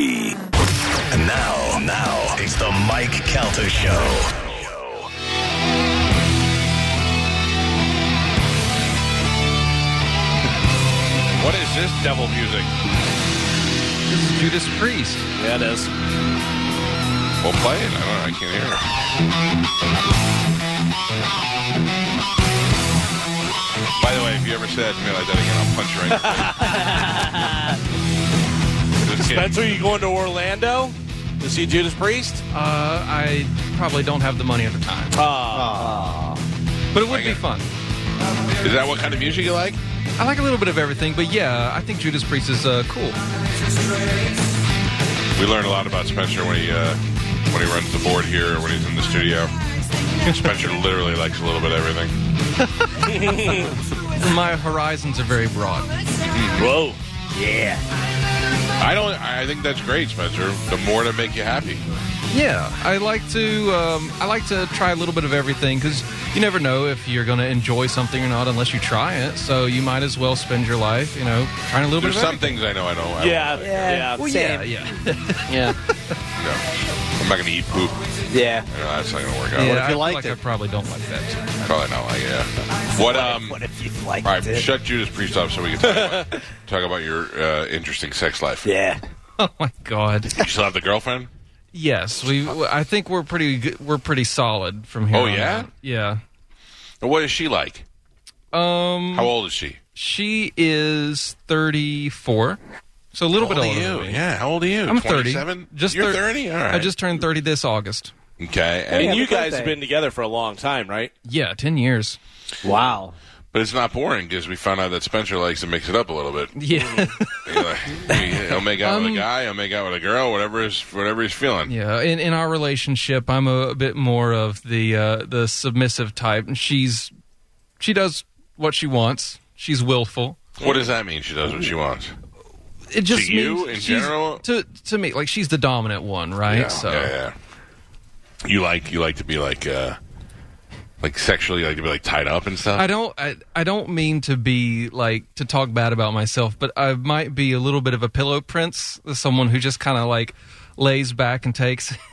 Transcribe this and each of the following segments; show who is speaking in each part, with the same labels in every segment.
Speaker 1: And now, now, it's the Mike Calter Show.
Speaker 2: What is this devil music?
Speaker 3: This is Judas Priest. Uh,
Speaker 4: Yeah, it is.
Speaker 2: Well, play it. I don't know. I can't hear it. By the way, if you ever say that to me like that again, I'll punch you right in the face. Just kidding.
Speaker 4: Spencer, you going to Orlando to see Judas Priest?
Speaker 3: Uh, I probably don't have the money at the time,
Speaker 4: Ah.
Speaker 3: but it would be fun.
Speaker 2: Is that what kind of music you like?
Speaker 3: I like a little bit of everything, but yeah, I think Judas Priest is uh, cool.
Speaker 2: We learn a lot about Spencer when he uh, when he runs the board here or when he's in the studio. Spencer literally likes a little bit of everything.
Speaker 3: My horizons are very broad.
Speaker 4: Whoa. Yeah.
Speaker 2: I don't. I think that's great, Spencer. The more to make you happy.
Speaker 3: Yeah, I like to um, I like to try a little bit of everything because you never know if you're going to enjoy something or not unless you try it. So you might as well spend your life, you know, trying a little
Speaker 2: There's
Speaker 3: bit of
Speaker 2: some things I know I don't. I don't
Speaker 4: Yeah.
Speaker 2: like.
Speaker 4: Yeah.
Speaker 3: everything. Well, yeah, yeah.
Speaker 5: Yeah.
Speaker 2: No. I'm not going to eat poop.
Speaker 5: Yeah.
Speaker 2: You know, that's not going to work out.
Speaker 3: yeah
Speaker 5: if you
Speaker 3: I feel
Speaker 5: liked
Speaker 3: like I
Speaker 5: it?
Speaker 3: probably don't like that.
Speaker 2: Probably not like yeah. What um?
Speaker 5: What if you liked
Speaker 2: All right,
Speaker 5: it?
Speaker 2: shut Judas Priest up so we can talk about, talk about your uh, interesting sex life.
Speaker 5: yeah.
Speaker 3: Oh my god.
Speaker 2: You still have the girlfriend?
Speaker 3: Yes, we. I think we're pretty. good- We're pretty solid from here.
Speaker 2: Oh,
Speaker 3: on
Speaker 2: yeah?
Speaker 3: out. Yeah.
Speaker 2: And What is she like?
Speaker 3: Um.
Speaker 2: How old is she?
Speaker 3: She is 34, so a little
Speaker 2: How
Speaker 3: bit older.
Speaker 2: old are you?
Speaker 3: than me.
Speaker 2: Yeah, how old are you?
Speaker 3: I'm 30.
Speaker 2: 27?
Speaker 3: Just
Speaker 2: You're
Speaker 3: thir-
Speaker 2: 30? All right.
Speaker 3: I just turned 30 this August.
Speaker 2: Okay.
Speaker 4: I
Speaker 2: And
Speaker 4: mean,
Speaker 5: Yeah,
Speaker 2: you-
Speaker 4: you
Speaker 5: happy
Speaker 4: guys have
Speaker 5: birthday.
Speaker 4: been together for a long time, right?
Speaker 3: Yeah, 10 years.
Speaker 5: Wow.
Speaker 2: but it's not boring because we found out that Spencer likes to mix it up a little bit.
Speaker 3: Yeah,
Speaker 2: He'll like, he'll make out with a guy, he'll make out with a girl, whatever is whatever he's feeling.
Speaker 3: Um, yeah. In in our relationship, I'm a, bit more of the uh, the submissive type, and she's she does what she wants. She's willful.
Speaker 2: What does that mean? She does what she wants.
Speaker 3: It just
Speaker 2: To you,
Speaker 3: means
Speaker 2: in
Speaker 3: she's-
Speaker 2: general?
Speaker 3: to to me, like she's the dominant one, right? So
Speaker 2: yeah, yeah. You like you like to be like uh like sexually you like to be like tied up and stuff.
Speaker 3: I don't I, I don't mean to be like to talk bad about myself, but I might be a little bit of a pillow prince, someone who just kind of like lays back and takes.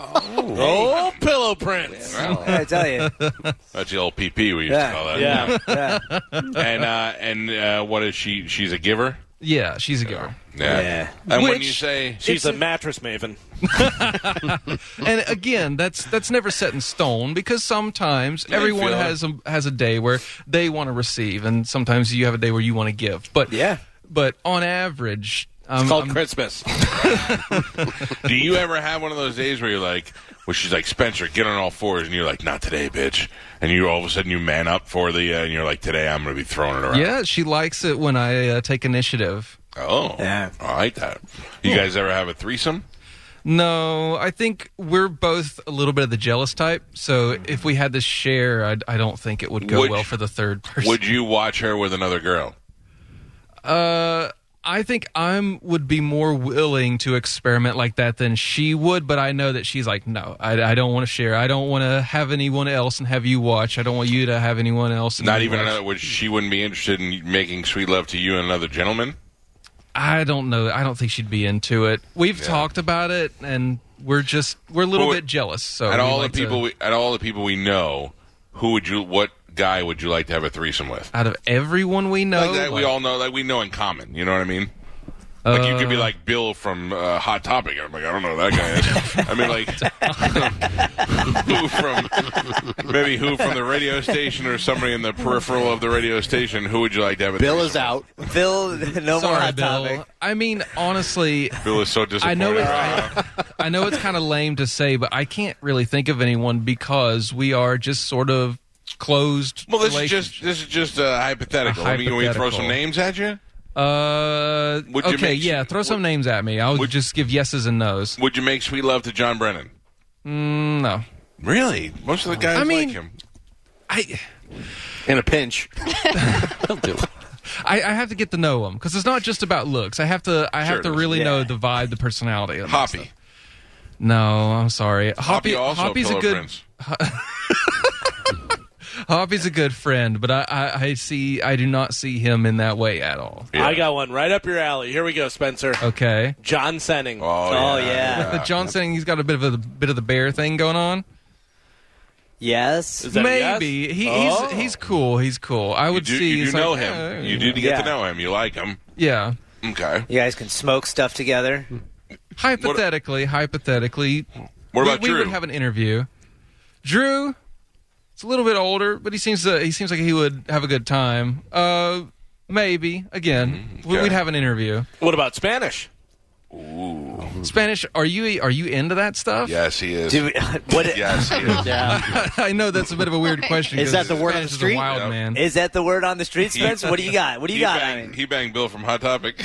Speaker 4: Oh, Pillow Prince.
Speaker 5: I tell you.
Speaker 2: That's the old PP we used
Speaker 5: Yeah.
Speaker 2: to call that.
Speaker 4: Yeah.
Speaker 5: Yeah.
Speaker 2: and uh, and uh, what is she? She's a giver.
Speaker 3: yeah, she's a girl.
Speaker 5: Yeah.
Speaker 2: And when
Speaker 3: Which-
Speaker 2: you say
Speaker 4: She's a mattress maven.
Speaker 3: And again, that's that's never set in stone because sometimes everyone
Speaker 2: feel it.
Speaker 3: has a has a day where they want to receive, and sometimes you have a day where you want to give. But
Speaker 5: Yeah.
Speaker 3: but on average, um,
Speaker 4: It's called
Speaker 3: I'm-
Speaker 4: Christmas.
Speaker 2: Do you ever have one of those days where you're like, well, she's like, Spencer, get on all fours, and you're like, not today, bitch. And you all of a sudden you man up for the, uh, and you're like, today I'm going to be throwing it around.
Speaker 3: yeah, she likes it when I uh, take initiative.
Speaker 2: Oh,
Speaker 5: Yeah.
Speaker 2: I like that. You guys ever have a threesome?
Speaker 3: No, I think we're both a little bit of the jealous type. So if we had to share, I, I don't think it would go
Speaker 2: Would-
Speaker 3: well for the third person.
Speaker 2: Would you watch her with another girl?
Speaker 3: Uh, I think I'm would be more willing to experiment like that than she would, but I know that she's like, no, I, I don't want to share. I don't want to have anyone else and have you watch. I don't want you to have anyone else. And
Speaker 2: Not
Speaker 3: you
Speaker 2: even
Speaker 3: watch.
Speaker 2: another. Would she wouldn't be interested in making sweet love to you and another gentleman?
Speaker 3: I don't know. I don't think she'd be into it. We've talked about it, and we're just we're a little
Speaker 2: Well,
Speaker 3: bit jealous. So
Speaker 2: At
Speaker 3: we
Speaker 2: all
Speaker 3: like
Speaker 2: the
Speaker 3: to-
Speaker 2: people, we, at all the people we know, who would you? What guy would you like to have a threesome with?
Speaker 3: out of everyone we know,
Speaker 2: like that we
Speaker 3: like-
Speaker 2: all know like we know in common you know what i mean like you could be like bill from uh, hot topic and i'm like i don't know who that guy is i mean like who from maybe who from the radio station or somebody in the peripheral of the radio station who would you like to have a
Speaker 5: Bill
Speaker 2: threesome
Speaker 5: is out. Bill, no more
Speaker 3: Sorry,
Speaker 5: hot
Speaker 3: Bill.
Speaker 5: topic.
Speaker 3: I mean, honestly,
Speaker 2: with? bill is so
Speaker 3: I
Speaker 2: disappointed
Speaker 3: know it-
Speaker 2: right now.
Speaker 3: I know it's kind of lame to say, but I can't really think of anyone because we are just sort of closed.
Speaker 2: well this is
Speaker 3: relationship.
Speaker 2: just this is just uh, hypothetical.
Speaker 3: A
Speaker 2: i mean you want me to throw
Speaker 3: hypothetical.
Speaker 2: some names at you
Speaker 3: Uh,
Speaker 2: Would you
Speaker 3: okay,
Speaker 2: make-
Speaker 3: yeah. Throw some names at me. I'll just give yeses and nos. Mm,
Speaker 2: Would you make sweet love to John Brennan?
Speaker 3: No,
Speaker 2: Really? Most of the guys
Speaker 3: I mean-
Speaker 2: like him.
Speaker 3: I,
Speaker 6: In a pinch.
Speaker 3: I, I have to get to know them because it's not just about looks. I have to, I have to
Speaker 2: Sure,
Speaker 3: really
Speaker 5: yeah.
Speaker 3: know the vibe, the personality. and all that
Speaker 2: Hoppy.
Speaker 3: stuff. No, I'm sorry. Hoppy,
Speaker 2: Hoppy also
Speaker 3: Hoppy's a
Speaker 2: Pillow
Speaker 3: good,
Speaker 2: Prince.
Speaker 3: Hoppy's a good friend, but I, I, I see, I do not see him in that way at all.
Speaker 4: I got one right up your alley. Here we go, Spencer.
Speaker 3: Okay.
Speaker 4: John Senning.
Speaker 2: Oh,
Speaker 5: Oh
Speaker 2: yeah.
Speaker 5: yeah.
Speaker 3: But John's saying he's got a bit of a bit of the bear thing going on.
Speaker 5: Yes.
Speaker 4: that a yes?
Speaker 3: Maybe he,
Speaker 4: Oh.
Speaker 3: he's he's cool. He's cool. I
Speaker 2: You
Speaker 3: would
Speaker 2: do,
Speaker 3: see.
Speaker 2: you
Speaker 3: it's
Speaker 2: do know
Speaker 3: like,
Speaker 2: him.
Speaker 3: eh,
Speaker 2: You do get
Speaker 5: "Oh, Yeah.
Speaker 2: to know him. You like him.
Speaker 3: Yeah.
Speaker 2: Okay.
Speaker 5: You guys can smoke stuff together.
Speaker 3: Hypothetically, hypothetically,
Speaker 2: What
Speaker 3: we-
Speaker 2: about
Speaker 3: we,
Speaker 2: Drew?
Speaker 3: would have an interview. Drew, it's a little bit older, but he seems to, he seems like he would have a good time. Uh, maybe again, we
Speaker 2: Mm-hmm. okay.
Speaker 3: we'd have an interview.
Speaker 4: What about Spanish?
Speaker 3: Spanish? Are you are you into that stuff?
Speaker 2: yes, he is.
Speaker 5: Do we, what
Speaker 2: yes, he is.
Speaker 3: I know that's a bit of a weird question.
Speaker 5: Is
Speaker 3: 'cause
Speaker 5: that the word on
Speaker 3: Spanish is
Speaker 5: the
Speaker 3: a
Speaker 5: street?
Speaker 3: wild
Speaker 2: Yep.
Speaker 3: man.
Speaker 5: is that the word on the street, Spence? What do you got? What do you
Speaker 2: He
Speaker 5: got? I
Speaker 2: banged,
Speaker 5: mean,
Speaker 2: he banged Bill from Hot Topic.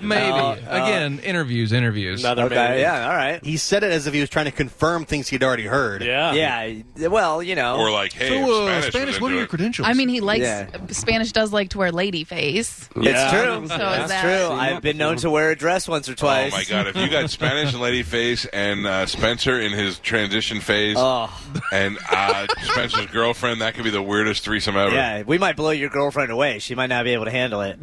Speaker 3: Maybe
Speaker 5: Oh, uh,
Speaker 3: again, interviews, interviews.
Speaker 4: Another
Speaker 5: okay.
Speaker 4: maybe.
Speaker 5: Yeah. All right.
Speaker 6: He said it as if he was trying to confirm things he'd already heard.
Speaker 4: Yeah.
Speaker 5: Yeah. Well, you know.
Speaker 2: or like, hey,
Speaker 3: So, uh,
Speaker 2: if Spanish, was
Speaker 3: Spanish, what
Speaker 2: into
Speaker 3: are your
Speaker 2: it.
Speaker 3: credentials?
Speaker 7: I mean, he likes
Speaker 5: Yeah.
Speaker 7: Spanish. Does like to wear lady face.
Speaker 5: It's true.
Speaker 7: So is
Speaker 5: That's
Speaker 7: that-
Speaker 5: true. I've been known to wear a dress once or
Speaker 2: Oh
Speaker 5: twice.
Speaker 2: my God! If you got Spanish and Lady Face and uh, Spencer in his transition phase,
Speaker 5: Oh,
Speaker 2: and uh, Spencer's girlfriend, that could be the weirdest threesome ever.
Speaker 5: yeah. We might blow your girlfriend away. She might not be able to handle it.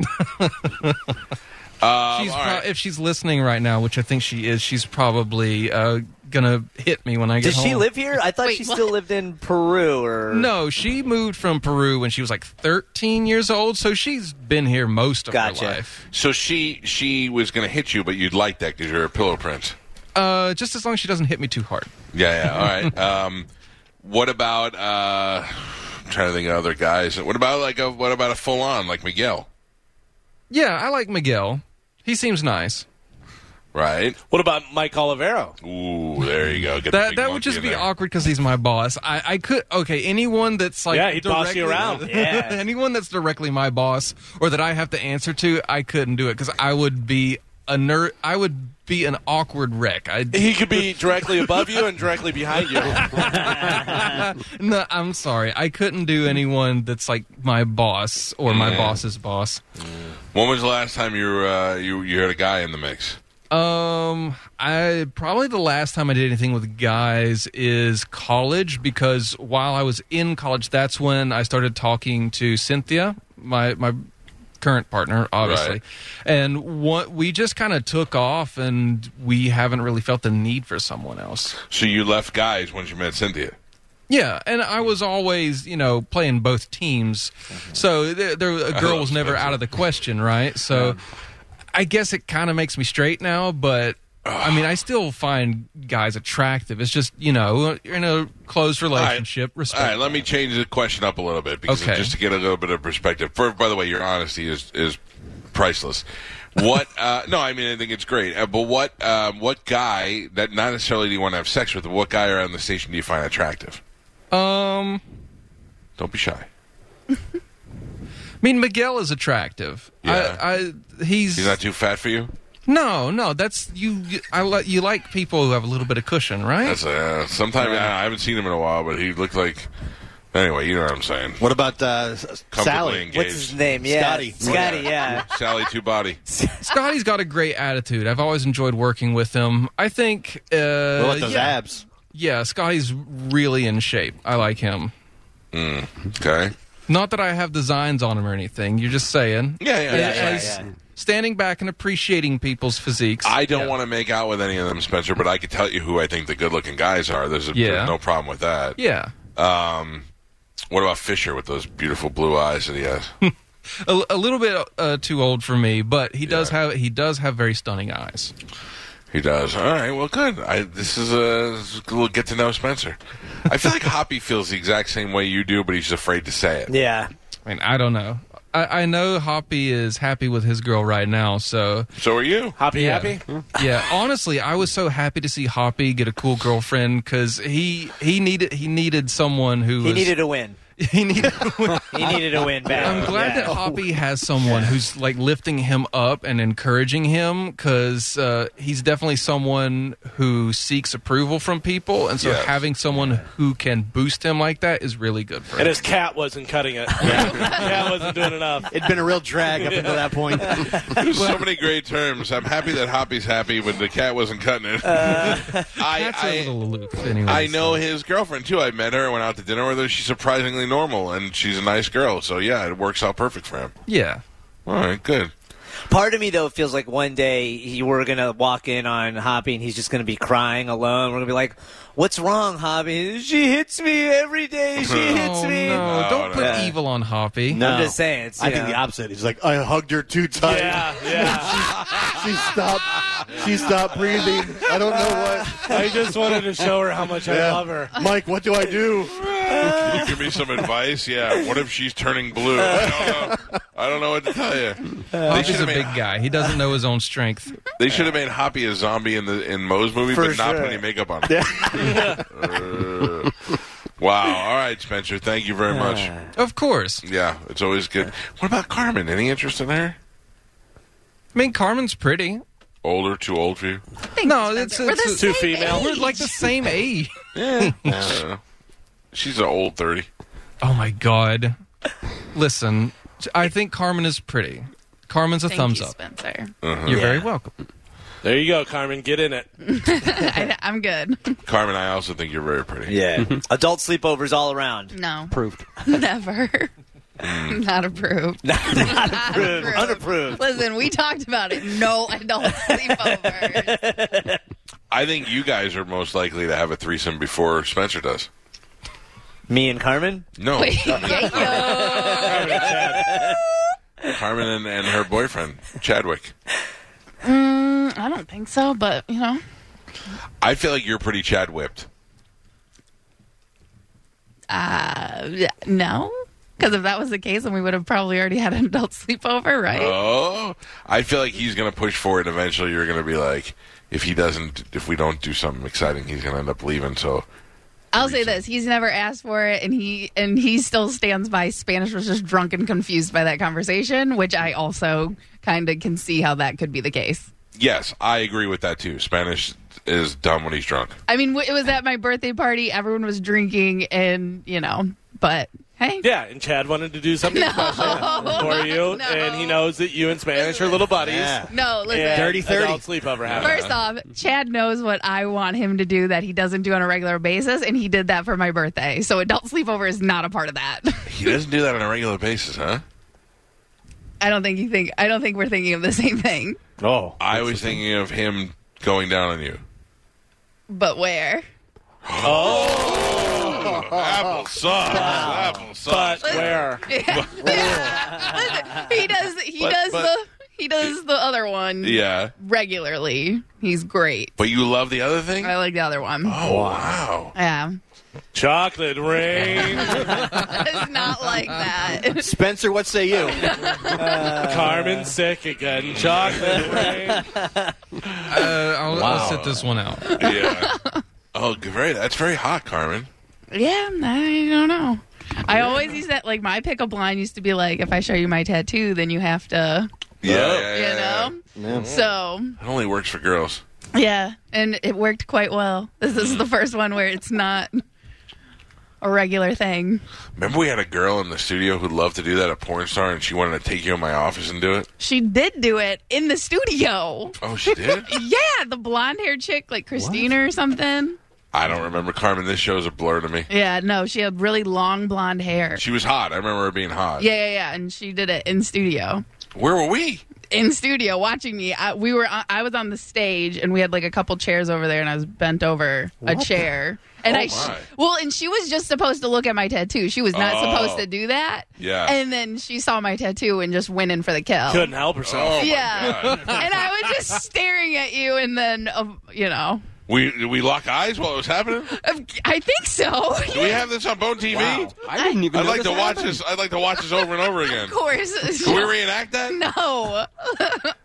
Speaker 2: Um,
Speaker 3: She's
Speaker 2: all
Speaker 3: pro-
Speaker 2: right.
Speaker 3: if she's listening right now, which I think she is, she's probably uh, gonna hit me when I get
Speaker 5: Does
Speaker 3: home.
Speaker 5: she live here? I thought
Speaker 7: Wait,
Speaker 5: she
Speaker 7: what?
Speaker 5: still lived in Peru or
Speaker 3: No, she moved from Peru when she was like 13 years old, so she's been here most of
Speaker 5: Gotcha.
Speaker 3: her life.
Speaker 2: so she she was going to hit you, but you'd like that because you're a pillow prince.
Speaker 3: Uh, just as long as she doesn't hit me too hard.
Speaker 2: Yeah, yeah. All right. Um, what about? Uh, I'm trying to think of other guys. What about like a what about a full on like Miguel?
Speaker 3: Yeah, I like Miguel. He seems nice.
Speaker 2: Right.
Speaker 4: What about Mike Olivero?
Speaker 2: Ooh, there you go. Get the
Speaker 3: That
Speaker 2: big
Speaker 3: that would
Speaker 2: monkey
Speaker 3: just
Speaker 2: in
Speaker 3: be
Speaker 2: there.
Speaker 3: awkward because he's my boss. I, I could okay anyone that's like
Speaker 4: Yeah, he'd boss you
Speaker 3: directly-
Speaker 4: around.
Speaker 5: Yeah.
Speaker 3: anyone that's directly my boss or that I have to answer to, I couldn't do it because I would be a ner- I would be an awkward wreck. I
Speaker 4: He could be directly above you and directly behind you.
Speaker 3: no, I'm sorry, I couldn't do anyone that's like my boss or my boss's boss.
Speaker 2: When was the last time you were, uh, you you had a guy in the mix?
Speaker 3: Um, I probably the last time I did anything with guys is college because while I was in college, that's when I started talking to Cynthia, my my current partner, obviously,
Speaker 2: Right.
Speaker 3: and what we just kind of took off, and we haven't really felt the need for someone else.
Speaker 2: So you left guys once you met Cynthia.
Speaker 3: Yeah, and I was always, you know, playing both teams, so there, there a girl was never out of the question, right? So, I guess it kind of makes me straight now, but I mean, I still find guys attractive. It's just you know, you're in a closed relationship,
Speaker 2: All
Speaker 3: respect.
Speaker 2: right, let me change the question up a little bit because
Speaker 3: Okay.
Speaker 2: just to get a little bit of perspective. For, by the way, your honesty is is priceless. What? uh, no, I mean I think it's great. Uh, but what um, what guy that not necessarily do you want to have sex with? But what guy around the station do you find attractive?
Speaker 3: Um,
Speaker 2: Don't be shy.
Speaker 3: I mean, Miguel is attractive.
Speaker 2: Yeah.
Speaker 3: I, I he's,
Speaker 2: He's not too fat for you.
Speaker 3: no, no. That's you. I li- you like people who have a little bit of cushion, right?
Speaker 2: That's uh, sometime I I haven't seen him in a while, but he looked like. Anyway, you know what I'm saying.
Speaker 6: What about uh, S-
Speaker 2: Comfortably
Speaker 6: Sally?
Speaker 2: engaged.
Speaker 5: What's his name? Yeah,
Speaker 6: Scotty.
Speaker 5: Scotty. Yeah.
Speaker 2: Sally Two Body.
Speaker 3: Scotty's got a great attitude. I've always enjoyed working with him. I think. Uh,
Speaker 6: What about those
Speaker 3: yeah.
Speaker 6: abs?
Speaker 3: Yeah, Scotty's really in shape. I like him.
Speaker 2: Okay.
Speaker 3: Not that I have designs on him or anything. You're just saying.
Speaker 2: Yeah, yeah, yeah,
Speaker 3: As-
Speaker 5: yeah, yeah.
Speaker 3: Standing back and appreciating people's physiques.
Speaker 2: I don't want to make out with any of them, Spencer, but I could tell you who I think the good-looking guys are. There's, a,
Speaker 3: Yeah.
Speaker 2: there's no problem with that.
Speaker 3: Yeah.
Speaker 2: What about Fisher with those beautiful blue eyes that he has?
Speaker 3: A, a little bit uh, too old for me, but he does
Speaker 2: Yeah.
Speaker 3: have he does have very stunning eyes.
Speaker 2: he does. All right. Well, good. I, this is a, this is a little get to know Spencer. I feel like Hoppy feels the exact same way you do, but he's afraid to say it.
Speaker 5: Yeah.
Speaker 3: I mean, I don't know. I, I know Hoppy is happy with his girl right now, so
Speaker 2: So are you?
Speaker 4: Happy,
Speaker 3: Yeah.
Speaker 4: happy?
Speaker 3: yeah. Honestly, I was so happy to see Hoppy get a cool girlfriend because he he needed he needed someone who
Speaker 5: He
Speaker 3: was
Speaker 5: needed a win.
Speaker 3: He needed.
Speaker 5: He needed a win back.
Speaker 3: I'm glad
Speaker 5: Yeah.
Speaker 3: that Hoppy has someone who's like lifting him up and encouraging him because uh, he's definitely someone who seeks approval from people, and so having someone who can boost him like that is really good for
Speaker 4: And
Speaker 3: him.
Speaker 4: his cat wasn't cutting it. cat wasn't doing enough.
Speaker 6: It'd been a real drag up until that point.
Speaker 2: There's so many great terms. I'm happy that Hoppy's happy, but the cat wasn't cutting it. I,
Speaker 3: That's a
Speaker 2: I,
Speaker 3: little aloof, anyway.
Speaker 2: I
Speaker 3: so.
Speaker 2: know his girlfriend too. I met her, went out to dinner with her. She's surprisingly normal, and she's a nice girl. So yeah, it works out perfect for him.
Speaker 3: Yeah.
Speaker 2: All right, good.
Speaker 5: Part of me though feels like one day he, we're gonna walk in on Hoppy and he's just gonna be crying alone. We're gonna be like, "What's wrong, Hoppy? She hits me every day. She hits
Speaker 3: Oh,
Speaker 5: me."
Speaker 3: no.
Speaker 2: No,
Speaker 3: Don't
Speaker 2: no.
Speaker 3: put
Speaker 5: Yeah.
Speaker 3: evil on Hoppy.
Speaker 5: I'm just saying. It's,
Speaker 6: I
Speaker 5: you
Speaker 6: think
Speaker 5: know.
Speaker 6: the opposite. He's like, I hugged her too tight.
Speaker 4: Yeah, yeah.
Speaker 6: She stopped. She stopped breathing. I don't know
Speaker 4: I just wanted to show her how much I love her.
Speaker 6: what. Mike, what do I do?
Speaker 2: Can you give me some advice? Yeah. What if she's turning blue? I don't know. I don't know what to tell you. They
Speaker 3: Hoppy's
Speaker 2: should
Speaker 3: a
Speaker 2: have
Speaker 3: big
Speaker 2: made,
Speaker 3: guy. He doesn't know his own strength.
Speaker 2: they should have made Hoppy a zombie in the in Moe's movie,
Speaker 5: For
Speaker 2: but not
Speaker 5: sure.
Speaker 2: put any makeup on. him. Uh, wow. All right, Spencer. Thank you very much.
Speaker 3: Of course.
Speaker 2: Yeah, it's always good. What about Carmen? Any interest in her?
Speaker 3: I mean, Carmen's pretty.
Speaker 2: Older, too old for you?
Speaker 3: No, it's,
Speaker 7: We're
Speaker 3: it's
Speaker 7: the
Speaker 3: a-
Speaker 4: Too
Speaker 7: same
Speaker 4: female.
Speaker 3: we're like the same age.
Speaker 2: I don't know. She's an old thirty.
Speaker 3: Oh my god. Listen, I think Carmen is pretty. Carmen's a
Speaker 7: Thank
Speaker 3: thumbs
Speaker 7: you,
Speaker 3: up.
Speaker 7: Spencer.
Speaker 3: You're very welcome.
Speaker 4: There you go, Carmen. Get in it.
Speaker 7: I, I'm good.
Speaker 2: Carmen, I also think you're very pretty.
Speaker 5: Yeah. Adult sleepovers all around.
Speaker 7: No,
Speaker 6: Proved.
Speaker 7: never. Not approved.
Speaker 5: Not approved.
Speaker 7: Unapproved.
Speaker 5: Unapproved.
Speaker 7: Listen, we talked about it. No adult sleepovers.
Speaker 2: I think you guys are most likely to have a threesome before Spencer does.
Speaker 5: Me and Carmen.
Speaker 2: No,
Speaker 7: Wait, yeah, yo.
Speaker 4: Carmen and Chad.
Speaker 2: Carmen and, and her boyfriend Chadwick.
Speaker 7: Mm, I don't think so, but you know,
Speaker 2: I feel like you're pretty Chad whipped.
Speaker 7: uh, yeah, no. Because if that was the case, then we would have probably already had an adult sleepover, right?
Speaker 2: Oh, I feel like he's gonna push for it. Eventually, you're gonna be like, if he doesn't, if we don't do something exciting, he's gonna end up leaving. So
Speaker 7: I'll say this: he's never asked for it, and he and he still stands by. Spanish was just drunk and confused by that conversation, which I also kind of can see how that could be the case.
Speaker 2: yes, I agree with that too. Spanish is dumb when he's drunk.
Speaker 7: I mean, w- it was at my birthday party; everyone was drinking, and you know, but hey,
Speaker 4: Yeah, and Chad wanted to do something special for you,
Speaker 7: No.
Speaker 4: and he knows that you and Spanish are little buddies.
Speaker 6: Yeah.
Speaker 7: no, listen.
Speaker 4: And
Speaker 6: Dirty 30.
Speaker 4: Adult sleepover happened.
Speaker 7: First off, Chad knows what I want him to do that he doesn't do on a regular basis, and he did that for my birthday. So adult sleepover is not a part of that.
Speaker 2: He doesn't do that on a regular basis, huh?
Speaker 7: I don't think you think. I don't think we're thinking of the same thing.
Speaker 4: Oh.
Speaker 2: I was thinking of him going down on you.
Speaker 7: But where? Oh.
Speaker 2: Apple sauce. Apple
Speaker 4: But
Speaker 2: sauce.
Speaker 4: where?
Speaker 7: Listen, he does. He
Speaker 2: But-
Speaker 7: does
Speaker 2: but-
Speaker 7: the. He does the other one
Speaker 2: Yeah.
Speaker 7: regularly. He's great.
Speaker 2: But you love the other thing?
Speaker 7: I like the other one.
Speaker 2: Oh, wow.
Speaker 7: Yeah,
Speaker 4: Chocolate rain.
Speaker 7: it's not like that.
Speaker 6: Spencer, what say you?
Speaker 4: Carmen sick again. Chocolate rain.
Speaker 3: Uh, I'll, I'll sit this one out.
Speaker 2: Yeah. Oh, g- very. That's very hot, Carmen.
Speaker 7: Yeah, I don't know. I always use that. Like my pickup line used to be like, if I show you my tattoo, then you have to,
Speaker 2: Yeah.
Speaker 7: you know.
Speaker 2: Oh.
Speaker 7: So
Speaker 2: It only works for girls.
Speaker 7: yeah, and it worked quite well. This is the first one where it's not a regular thing.
Speaker 2: Remember, we had a girl in the studio who loved to do that, a porn star, and she wanted to take you in my office and do it?
Speaker 7: She did do it in the studio.
Speaker 2: Oh, she did?
Speaker 7: Yeah, the blonde haired chick, like Christina or something.
Speaker 2: I don't remember, Carmen. This show's a blur to me.
Speaker 7: Yeah, no, she had really long blonde hair.
Speaker 2: She was hot. I remember her being hot.
Speaker 7: Yeah, yeah, yeah, and she did it in studio.
Speaker 2: Where were we?
Speaker 7: In studio, watching me. I, we were. on- I was on the stage, and we had like a couple chairs over there, and I was bent over a chair. And
Speaker 2: Oh,
Speaker 7: I,
Speaker 2: my.
Speaker 7: well, and she was just supposed to look at my tattoo. She was not
Speaker 2: Oh.
Speaker 7: supposed to do that.
Speaker 2: Yeah.
Speaker 7: And then she saw my tattoo and just went in for the kill.
Speaker 4: Couldn't help herself.
Speaker 2: Oh, my
Speaker 7: Yeah.
Speaker 2: God.
Speaker 7: And I was just staring at you, and then, uh, you know, Uh,
Speaker 2: We, did we lock eyes while it was happening?
Speaker 7: I think so.
Speaker 2: Do we have this on Bone TV?
Speaker 8: I didn't even.
Speaker 2: I'd like to watch this. I'd like to watch this over and over again.
Speaker 7: Of course.
Speaker 2: Can we reenact that?
Speaker 7: No.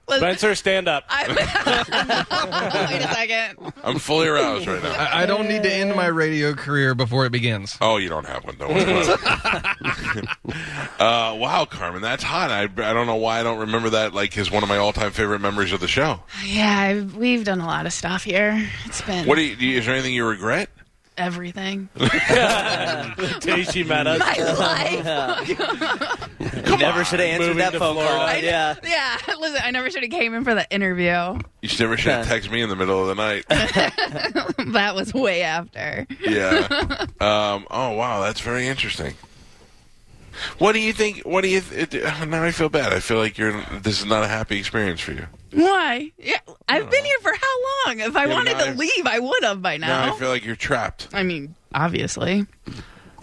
Speaker 4: Spencer, stand up.
Speaker 7: I- Wait a second.
Speaker 2: I'm fully aroused right now.
Speaker 3: I, I don't need to end my radio career before it begins.
Speaker 2: Oh, you don't have one. Don't worry about it. uh, wow, Carmen, that's hot. I, I don't know why I don't remember that like as one of my all time favorite memories of the show.
Speaker 7: Yeah, I've, we've done a lot of stuff here. It's been
Speaker 2: What do you, do you- is there anything you regret?
Speaker 7: everything.
Speaker 4: The day she met us.
Speaker 7: My life.
Speaker 5: You never should have answered
Speaker 4: Moving
Speaker 5: that
Speaker 4: to
Speaker 5: phone call.
Speaker 4: Florida.
Speaker 5: Yeah.
Speaker 7: Yeah, listen, I never should have came in for the interview.
Speaker 2: You should never should have texted me in the middle of the night.
Speaker 7: That was way after.
Speaker 2: Yeah. Um, oh wow, that's very interesting. What do you think? What do you? Th- it, now I feel bad. I feel like you're. This is not a happy experience for you.
Speaker 7: Why? Yeah, I've been here for how long? If I
Speaker 2: Yeah,
Speaker 7: wanted
Speaker 2: now
Speaker 7: to
Speaker 2: I-
Speaker 7: leave, I would have by now.
Speaker 2: Now I feel like you're trapped.
Speaker 7: I mean, obviously.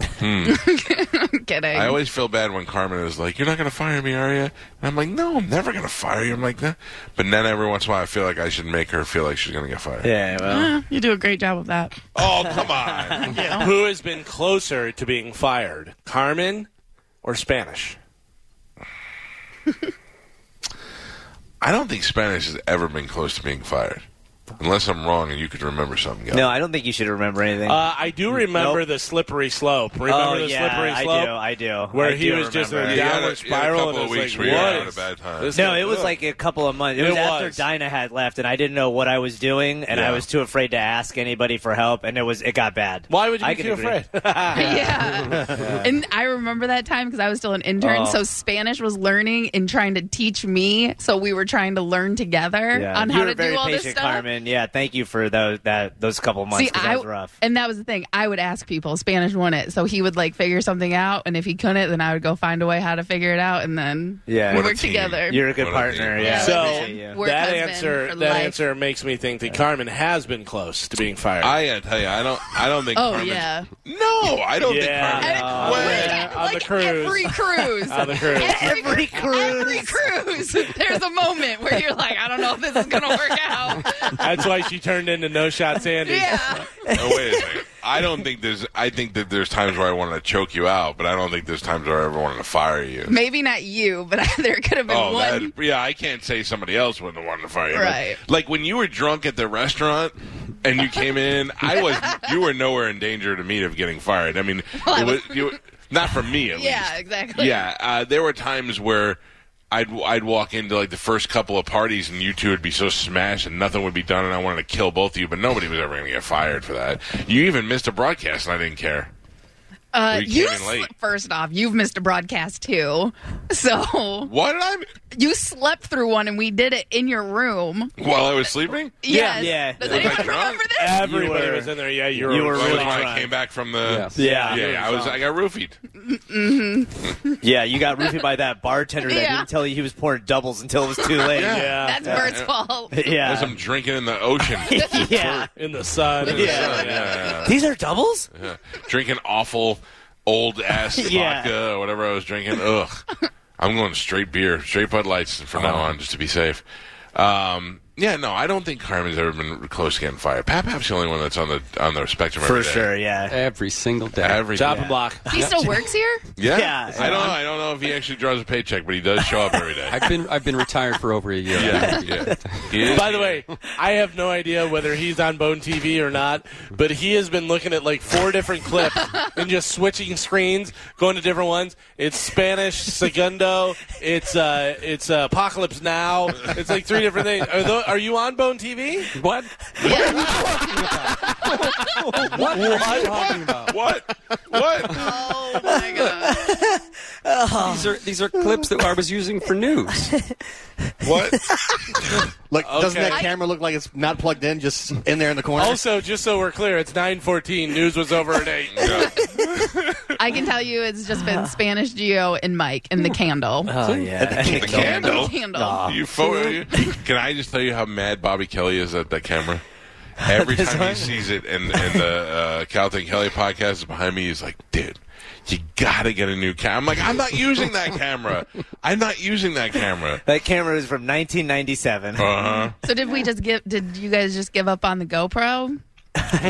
Speaker 7: Kidding.
Speaker 2: Hmm. I always feel bad when Carmen is like, "You're not going to fire me, are you?" And I'm like, "No, I'm never going to fire you." I'm like that, but then every once in a while, I feel like I should make her feel like she's going to get fired.
Speaker 5: Yeah, well.
Speaker 7: Yeah, Ah, you do a great job of that.
Speaker 2: Oh come on!
Speaker 4: Who has been closer to being fired, Carmen or Spanish?
Speaker 2: I don't think Spanish has ever been close to being fired, unless I'm wrong and you could remember something. Gal.
Speaker 5: No, I don't think you should remember anything.
Speaker 4: Uh, I do remember the slippery slope. Remember
Speaker 5: Mm. oh,
Speaker 4: the
Speaker 5: yeah,
Speaker 4: slippery
Speaker 5: I
Speaker 4: slope?
Speaker 5: do. I do.
Speaker 4: Where
Speaker 5: I
Speaker 4: he
Speaker 5: do
Speaker 4: was just
Speaker 5: remember.
Speaker 4: a
Speaker 2: You
Speaker 4: down-
Speaker 2: had
Speaker 4: downward
Speaker 2: you had
Speaker 4: spiral,
Speaker 2: couple
Speaker 4: and it
Speaker 2: of
Speaker 4: was
Speaker 2: weeks
Speaker 4: like,
Speaker 2: where you were
Speaker 4: what
Speaker 2: having
Speaker 4: is-
Speaker 2: a bad time.
Speaker 4: this-
Speaker 5: No, it was
Speaker 4: Ugh.
Speaker 5: like a couple of months. It,
Speaker 4: It
Speaker 5: was, after
Speaker 4: was.
Speaker 5: Dinah had left, and I didn't know what I was doing, and
Speaker 2: Yeah.
Speaker 5: I was too afraid to ask anybody for help, and it was it got bad.
Speaker 4: Why would you
Speaker 5: I
Speaker 4: be
Speaker 5: can
Speaker 4: too
Speaker 5: agree.
Speaker 4: afraid?
Speaker 7: yeah. And I remember that time because I was still an intern. So Spanish was learning and trying to teach me. So we were trying to learn together
Speaker 5: Yeah.
Speaker 7: on
Speaker 5: you
Speaker 7: how
Speaker 5: were
Speaker 7: to
Speaker 5: very
Speaker 7: do all
Speaker 5: patient,
Speaker 7: this stuff.
Speaker 5: Carmen. Yeah, thank you for those that those couple months. 'cause that was rough.
Speaker 7: and that was the thing. I would ask people. Spanish won it, so he would like figure something out, and if he couldn't, then I would go find a way how to figure it out, and then
Speaker 5: Yeah.
Speaker 7: we
Speaker 5: What
Speaker 2: a
Speaker 7: work
Speaker 2: team.
Speaker 7: together.
Speaker 5: You're a good
Speaker 2: What I
Speaker 5: partner.
Speaker 2: think.
Speaker 5: Yeah.
Speaker 7: Yeah,
Speaker 4: So,
Speaker 7: Work
Speaker 5: yeah.
Speaker 7: we're
Speaker 4: that
Speaker 7: husband
Speaker 4: answer
Speaker 7: for
Speaker 4: that
Speaker 7: life.
Speaker 4: answer makes me think that Carmen has been close to being fired.
Speaker 2: I gotta tell you, I don't. I don't think.
Speaker 7: Oh,
Speaker 2: Carmen's-
Speaker 7: yeah.
Speaker 2: No, I don't
Speaker 4: Yeah.
Speaker 2: think. Carmen,
Speaker 7: I
Speaker 4: Uh,
Speaker 7: mean,
Speaker 2: Well,
Speaker 7: like,
Speaker 4: on the
Speaker 7: like
Speaker 4: cruise.
Speaker 7: every cruise,
Speaker 4: on the cruise.
Speaker 7: every every cruise. There's a moment where you're like, I don't know if this is gonna work out.
Speaker 4: That's why she turned into No Shot Sandy.
Speaker 7: yeah,
Speaker 2: oh, wait a second. I don't think there's. I think that there's times where I wanted to choke you out, but I don't think there's times where I ever wanted to fire you.
Speaker 7: maybe not you, but there could have been
Speaker 2: Oh,
Speaker 7: one.
Speaker 2: that, yeah. I can't say somebody else wouldn't have wanted to fire you. but,
Speaker 7: Right.
Speaker 2: Like when you were drunk at the restaurant and you came in, I was. You were nowhere in danger to me of getting fired. I mean,
Speaker 7: Well, I
Speaker 2: it
Speaker 7: was-
Speaker 2: was, you, not from me at least.
Speaker 7: yeah, exactly.
Speaker 2: Yeah, uh, there were times where I'd I'd walk into like the first couple of parties and you two would be so smashed and nothing would be done and I wanted to kill both of you, but nobody was ever going to get fired for that. You even missed a broadcast and I didn't care.
Speaker 7: Uh,
Speaker 2: We came
Speaker 7: you
Speaker 2: in late.
Speaker 7: sl- first off, you've missed a broadcast too. So
Speaker 2: What did I? mi-
Speaker 7: you slept through one, and we did it in your room.
Speaker 2: While I was sleeping,
Speaker 7: Yes.
Speaker 5: yeah.
Speaker 7: Does
Speaker 5: Was
Speaker 7: anyone
Speaker 2: I drunk?
Speaker 7: remember this?
Speaker 4: Everybody
Speaker 5: You were-
Speaker 4: was in there. Yeah, you were,
Speaker 5: you were
Speaker 2: Well,
Speaker 5: really
Speaker 2: when I
Speaker 5: drunk.
Speaker 2: came back from the.
Speaker 5: Yeah.
Speaker 2: Yeah,
Speaker 5: Yeah.
Speaker 2: I was. I got roofied.
Speaker 5: you got roofied by that bartender that
Speaker 7: Yeah.
Speaker 5: didn't tell you he was pouring doubles until it was too late.
Speaker 4: Yeah.
Speaker 7: That's Bert's fault.
Speaker 5: Yeah.
Speaker 2: As I'm drinking in the ocean. yeah,
Speaker 5: yeah.
Speaker 4: in the sun.
Speaker 5: Yeah.
Speaker 2: yeah, yeah,
Speaker 5: These are doubles?
Speaker 2: yeah. Drinking awful old ass
Speaker 5: Yeah.
Speaker 2: vodka or whatever I was drinking. Ugh. I'm going straight beer, straight Bud Lights from
Speaker 5: Uh-huh.
Speaker 2: now on, just to be safe. Um, yeah, no, I don't think Carmen's ever been close to getting fired. Pap Pap's the only one that's on the on the spectrum
Speaker 5: For
Speaker 2: every day.
Speaker 5: sure, yeah.
Speaker 8: Every single day.
Speaker 2: Every
Speaker 4: Job and block.
Speaker 7: He still works here.
Speaker 2: yeah.
Speaker 5: Yeah.
Speaker 2: I don't know. I don't know if he actually draws a paycheck, but he does show up every day.
Speaker 8: I've been I've been retired for over a year.
Speaker 2: yeah, yeah. He is-
Speaker 4: By the way, I have no idea whether he's on Bone TV or not, but he has been looking at like four different clips and just switching screens, going to different ones. It's Spanish Segundo. It's uh, it's uh, Apocalypse Now. It's like three different things. Are, tho- are you on Bone TV?
Speaker 8: What? What are you talking about?
Speaker 2: what? What?
Speaker 7: Oh my god.
Speaker 8: These are these are clips that I was using for news.
Speaker 2: What?
Speaker 6: Look, doesn't
Speaker 4: Okay. Oh,
Speaker 6: that camera look like it's not plugged in, just in there in the corner?
Speaker 4: Also, just so we're clear, it's nine fourteen. News was over at eight.
Speaker 2: Yeah.
Speaker 7: I can tell you, it's just been Spanish Geo and Mike and the candle.
Speaker 5: Oh, yeah.
Speaker 2: The candle.
Speaker 7: Candle.
Speaker 2: You photo you? Can I just tell you how mad Bobby Kelly is at that camera? Every time he sees it, and and the uh, Calvin Kelly podcast is behind me, he's like, "Dude, you gotta get a new camera." I'm like, "I'm not using that camera. I'm not using that camera."
Speaker 5: that camera is from 1997.
Speaker 2: Uh huh.
Speaker 7: So did we just give? Did you guys just give up on the GoPro?
Speaker 2: Uh-huh.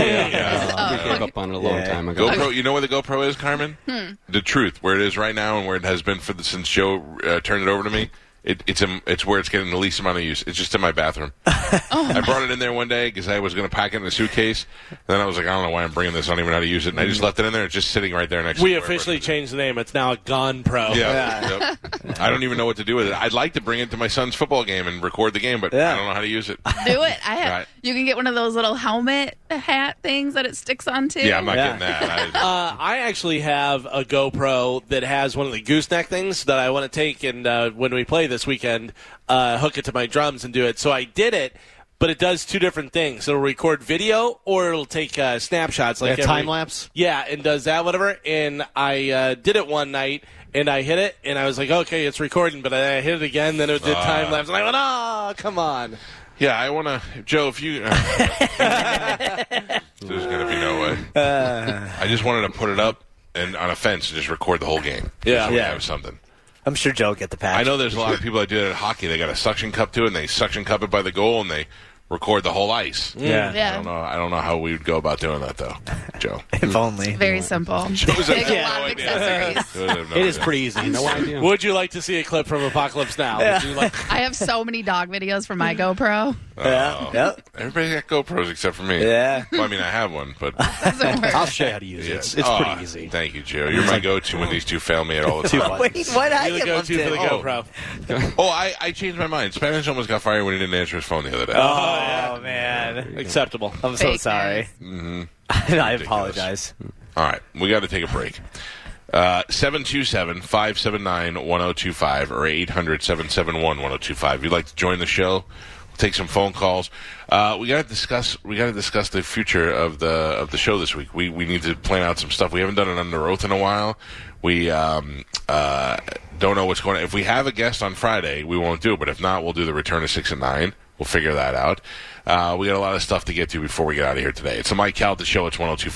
Speaker 8: we gave up on it a long
Speaker 5: Yeah.
Speaker 8: time ago.
Speaker 2: GoPro. You know where the GoPro is, Carmen? The truth, where it is right now, and where it has been for the, since Joe uh, turned it over to me. It, it's in, it's where it's getting the least amount of use. It's just in my bathroom. I brought it in there one day because I was going to pack it in a suitcase. And then I was like, I don't know why I'm bringing this. I don't even know how to use it. And I just left it in there. It's just sitting right there next.
Speaker 4: We
Speaker 2: to where I brought
Speaker 4: officially
Speaker 2: it.
Speaker 4: changed the name. It's now Gone Pro.
Speaker 2: Yeah. Yep. I don't even know what to do with it. I'd like to bring it to my son's football game and record the game, but
Speaker 5: Yeah.
Speaker 2: I don't know how to use it.
Speaker 7: Do it. I have,
Speaker 2: Right.
Speaker 7: You can get one of those little helmet hat things that it sticks onto.
Speaker 2: Yeah, I'm not
Speaker 5: Yeah.
Speaker 2: getting that. I,
Speaker 4: Uh, I actually have a GoPro that has one of the gooseneck things that I want to take and uh, when we play this weekend, uh, hook it to my drums and do it. So I did it, but it does two different things. It'll record video or it'll take uh, snapshots, like
Speaker 6: Like a
Speaker 4: every-
Speaker 6: time lapse?
Speaker 4: Yeah, and does that whatever. And I uh, did it one night. And I hit it, and I was like, "Okay, it's recording." But I hit it again, then it did time lapse, and I went, "Oh, come on!"
Speaker 2: yeah, I want to. Joe, if you. uh, there's going to be no way.
Speaker 8: Uh,
Speaker 2: I just wanted to put it up and on a fence and just record the whole game.
Speaker 4: Yeah.
Speaker 2: Just so we
Speaker 5: Yeah.
Speaker 2: have something.
Speaker 5: I'm sure Joe will get the patch.
Speaker 2: I know there's a lot of people that do that in hockey. They got a suction cup to it, and they suction cup it by the goal, and they record the whole ice.
Speaker 5: Yeah.
Speaker 2: I don't
Speaker 7: Yeah.
Speaker 2: know. I don't know how we would go about doing that though, Joe.
Speaker 5: If only.
Speaker 7: Very simple.
Speaker 2: Joe was like,
Speaker 7: Take a lot of
Speaker 2: "No idea."
Speaker 7: accessories.
Speaker 2: Joe would have no
Speaker 8: It is
Speaker 2: idea.
Speaker 8: pretty easy. No idea.
Speaker 4: Would you like to see a clip from Apocalypse Now? Would you like-
Speaker 7: I have so many dog videos for my GoPro.
Speaker 5: Yeah. Yep.
Speaker 2: Everybody's got GoPros except for me.
Speaker 5: Yeah.
Speaker 2: Well, I mean, I have one, but
Speaker 7: Doesn't work.
Speaker 8: I'll show you how to use it. It's, it's
Speaker 2: Aw,
Speaker 4: Oh.
Speaker 8: pretty easy.
Speaker 2: Thank you, Joe. You're my go-to when these two fail me at all the
Speaker 8: Two
Speaker 2: time.
Speaker 5: Wait,
Speaker 8: buttons.
Speaker 5: what? I
Speaker 4: You're the
Speaker 5: get lumped
Speaker 4: go-to for
Speaker 5: in.
Speaker 4: the
Speaker 5: Oh,
Speaker 4: GoPro.
Speaker 2: Oh, I, I changed my mind. Spanish almost got fired when he didn't answer his phone the other day.
Speaker 5: Oh, man.
Speaker 4: Acceptable.
Speaker 5: I'm so
Speaker 7: Fake
Speaker 5: sorry.
Speaker 4: Mm-hmm.
Speaker 5: I apologize.
Speaker 2: All right, we got to take a break. Uh, 727-579-1025 or 800-771-1025. If oh you'd like to join the show, we'll take some phone calls. Uh, we got to discuss we got to discuss the future of the of the show this week. We we need to plan out some stuff. We haven't done it under oath in a while. We um, uh, don't know what's going on. If we have a guest on Friday, we won't do it, but if not, we'll do the return of 6 and 9. We'll figure that out. Uh, we got a lot of stuff to get to before we get out of here today. It's the Mike Cal the show. It's 1025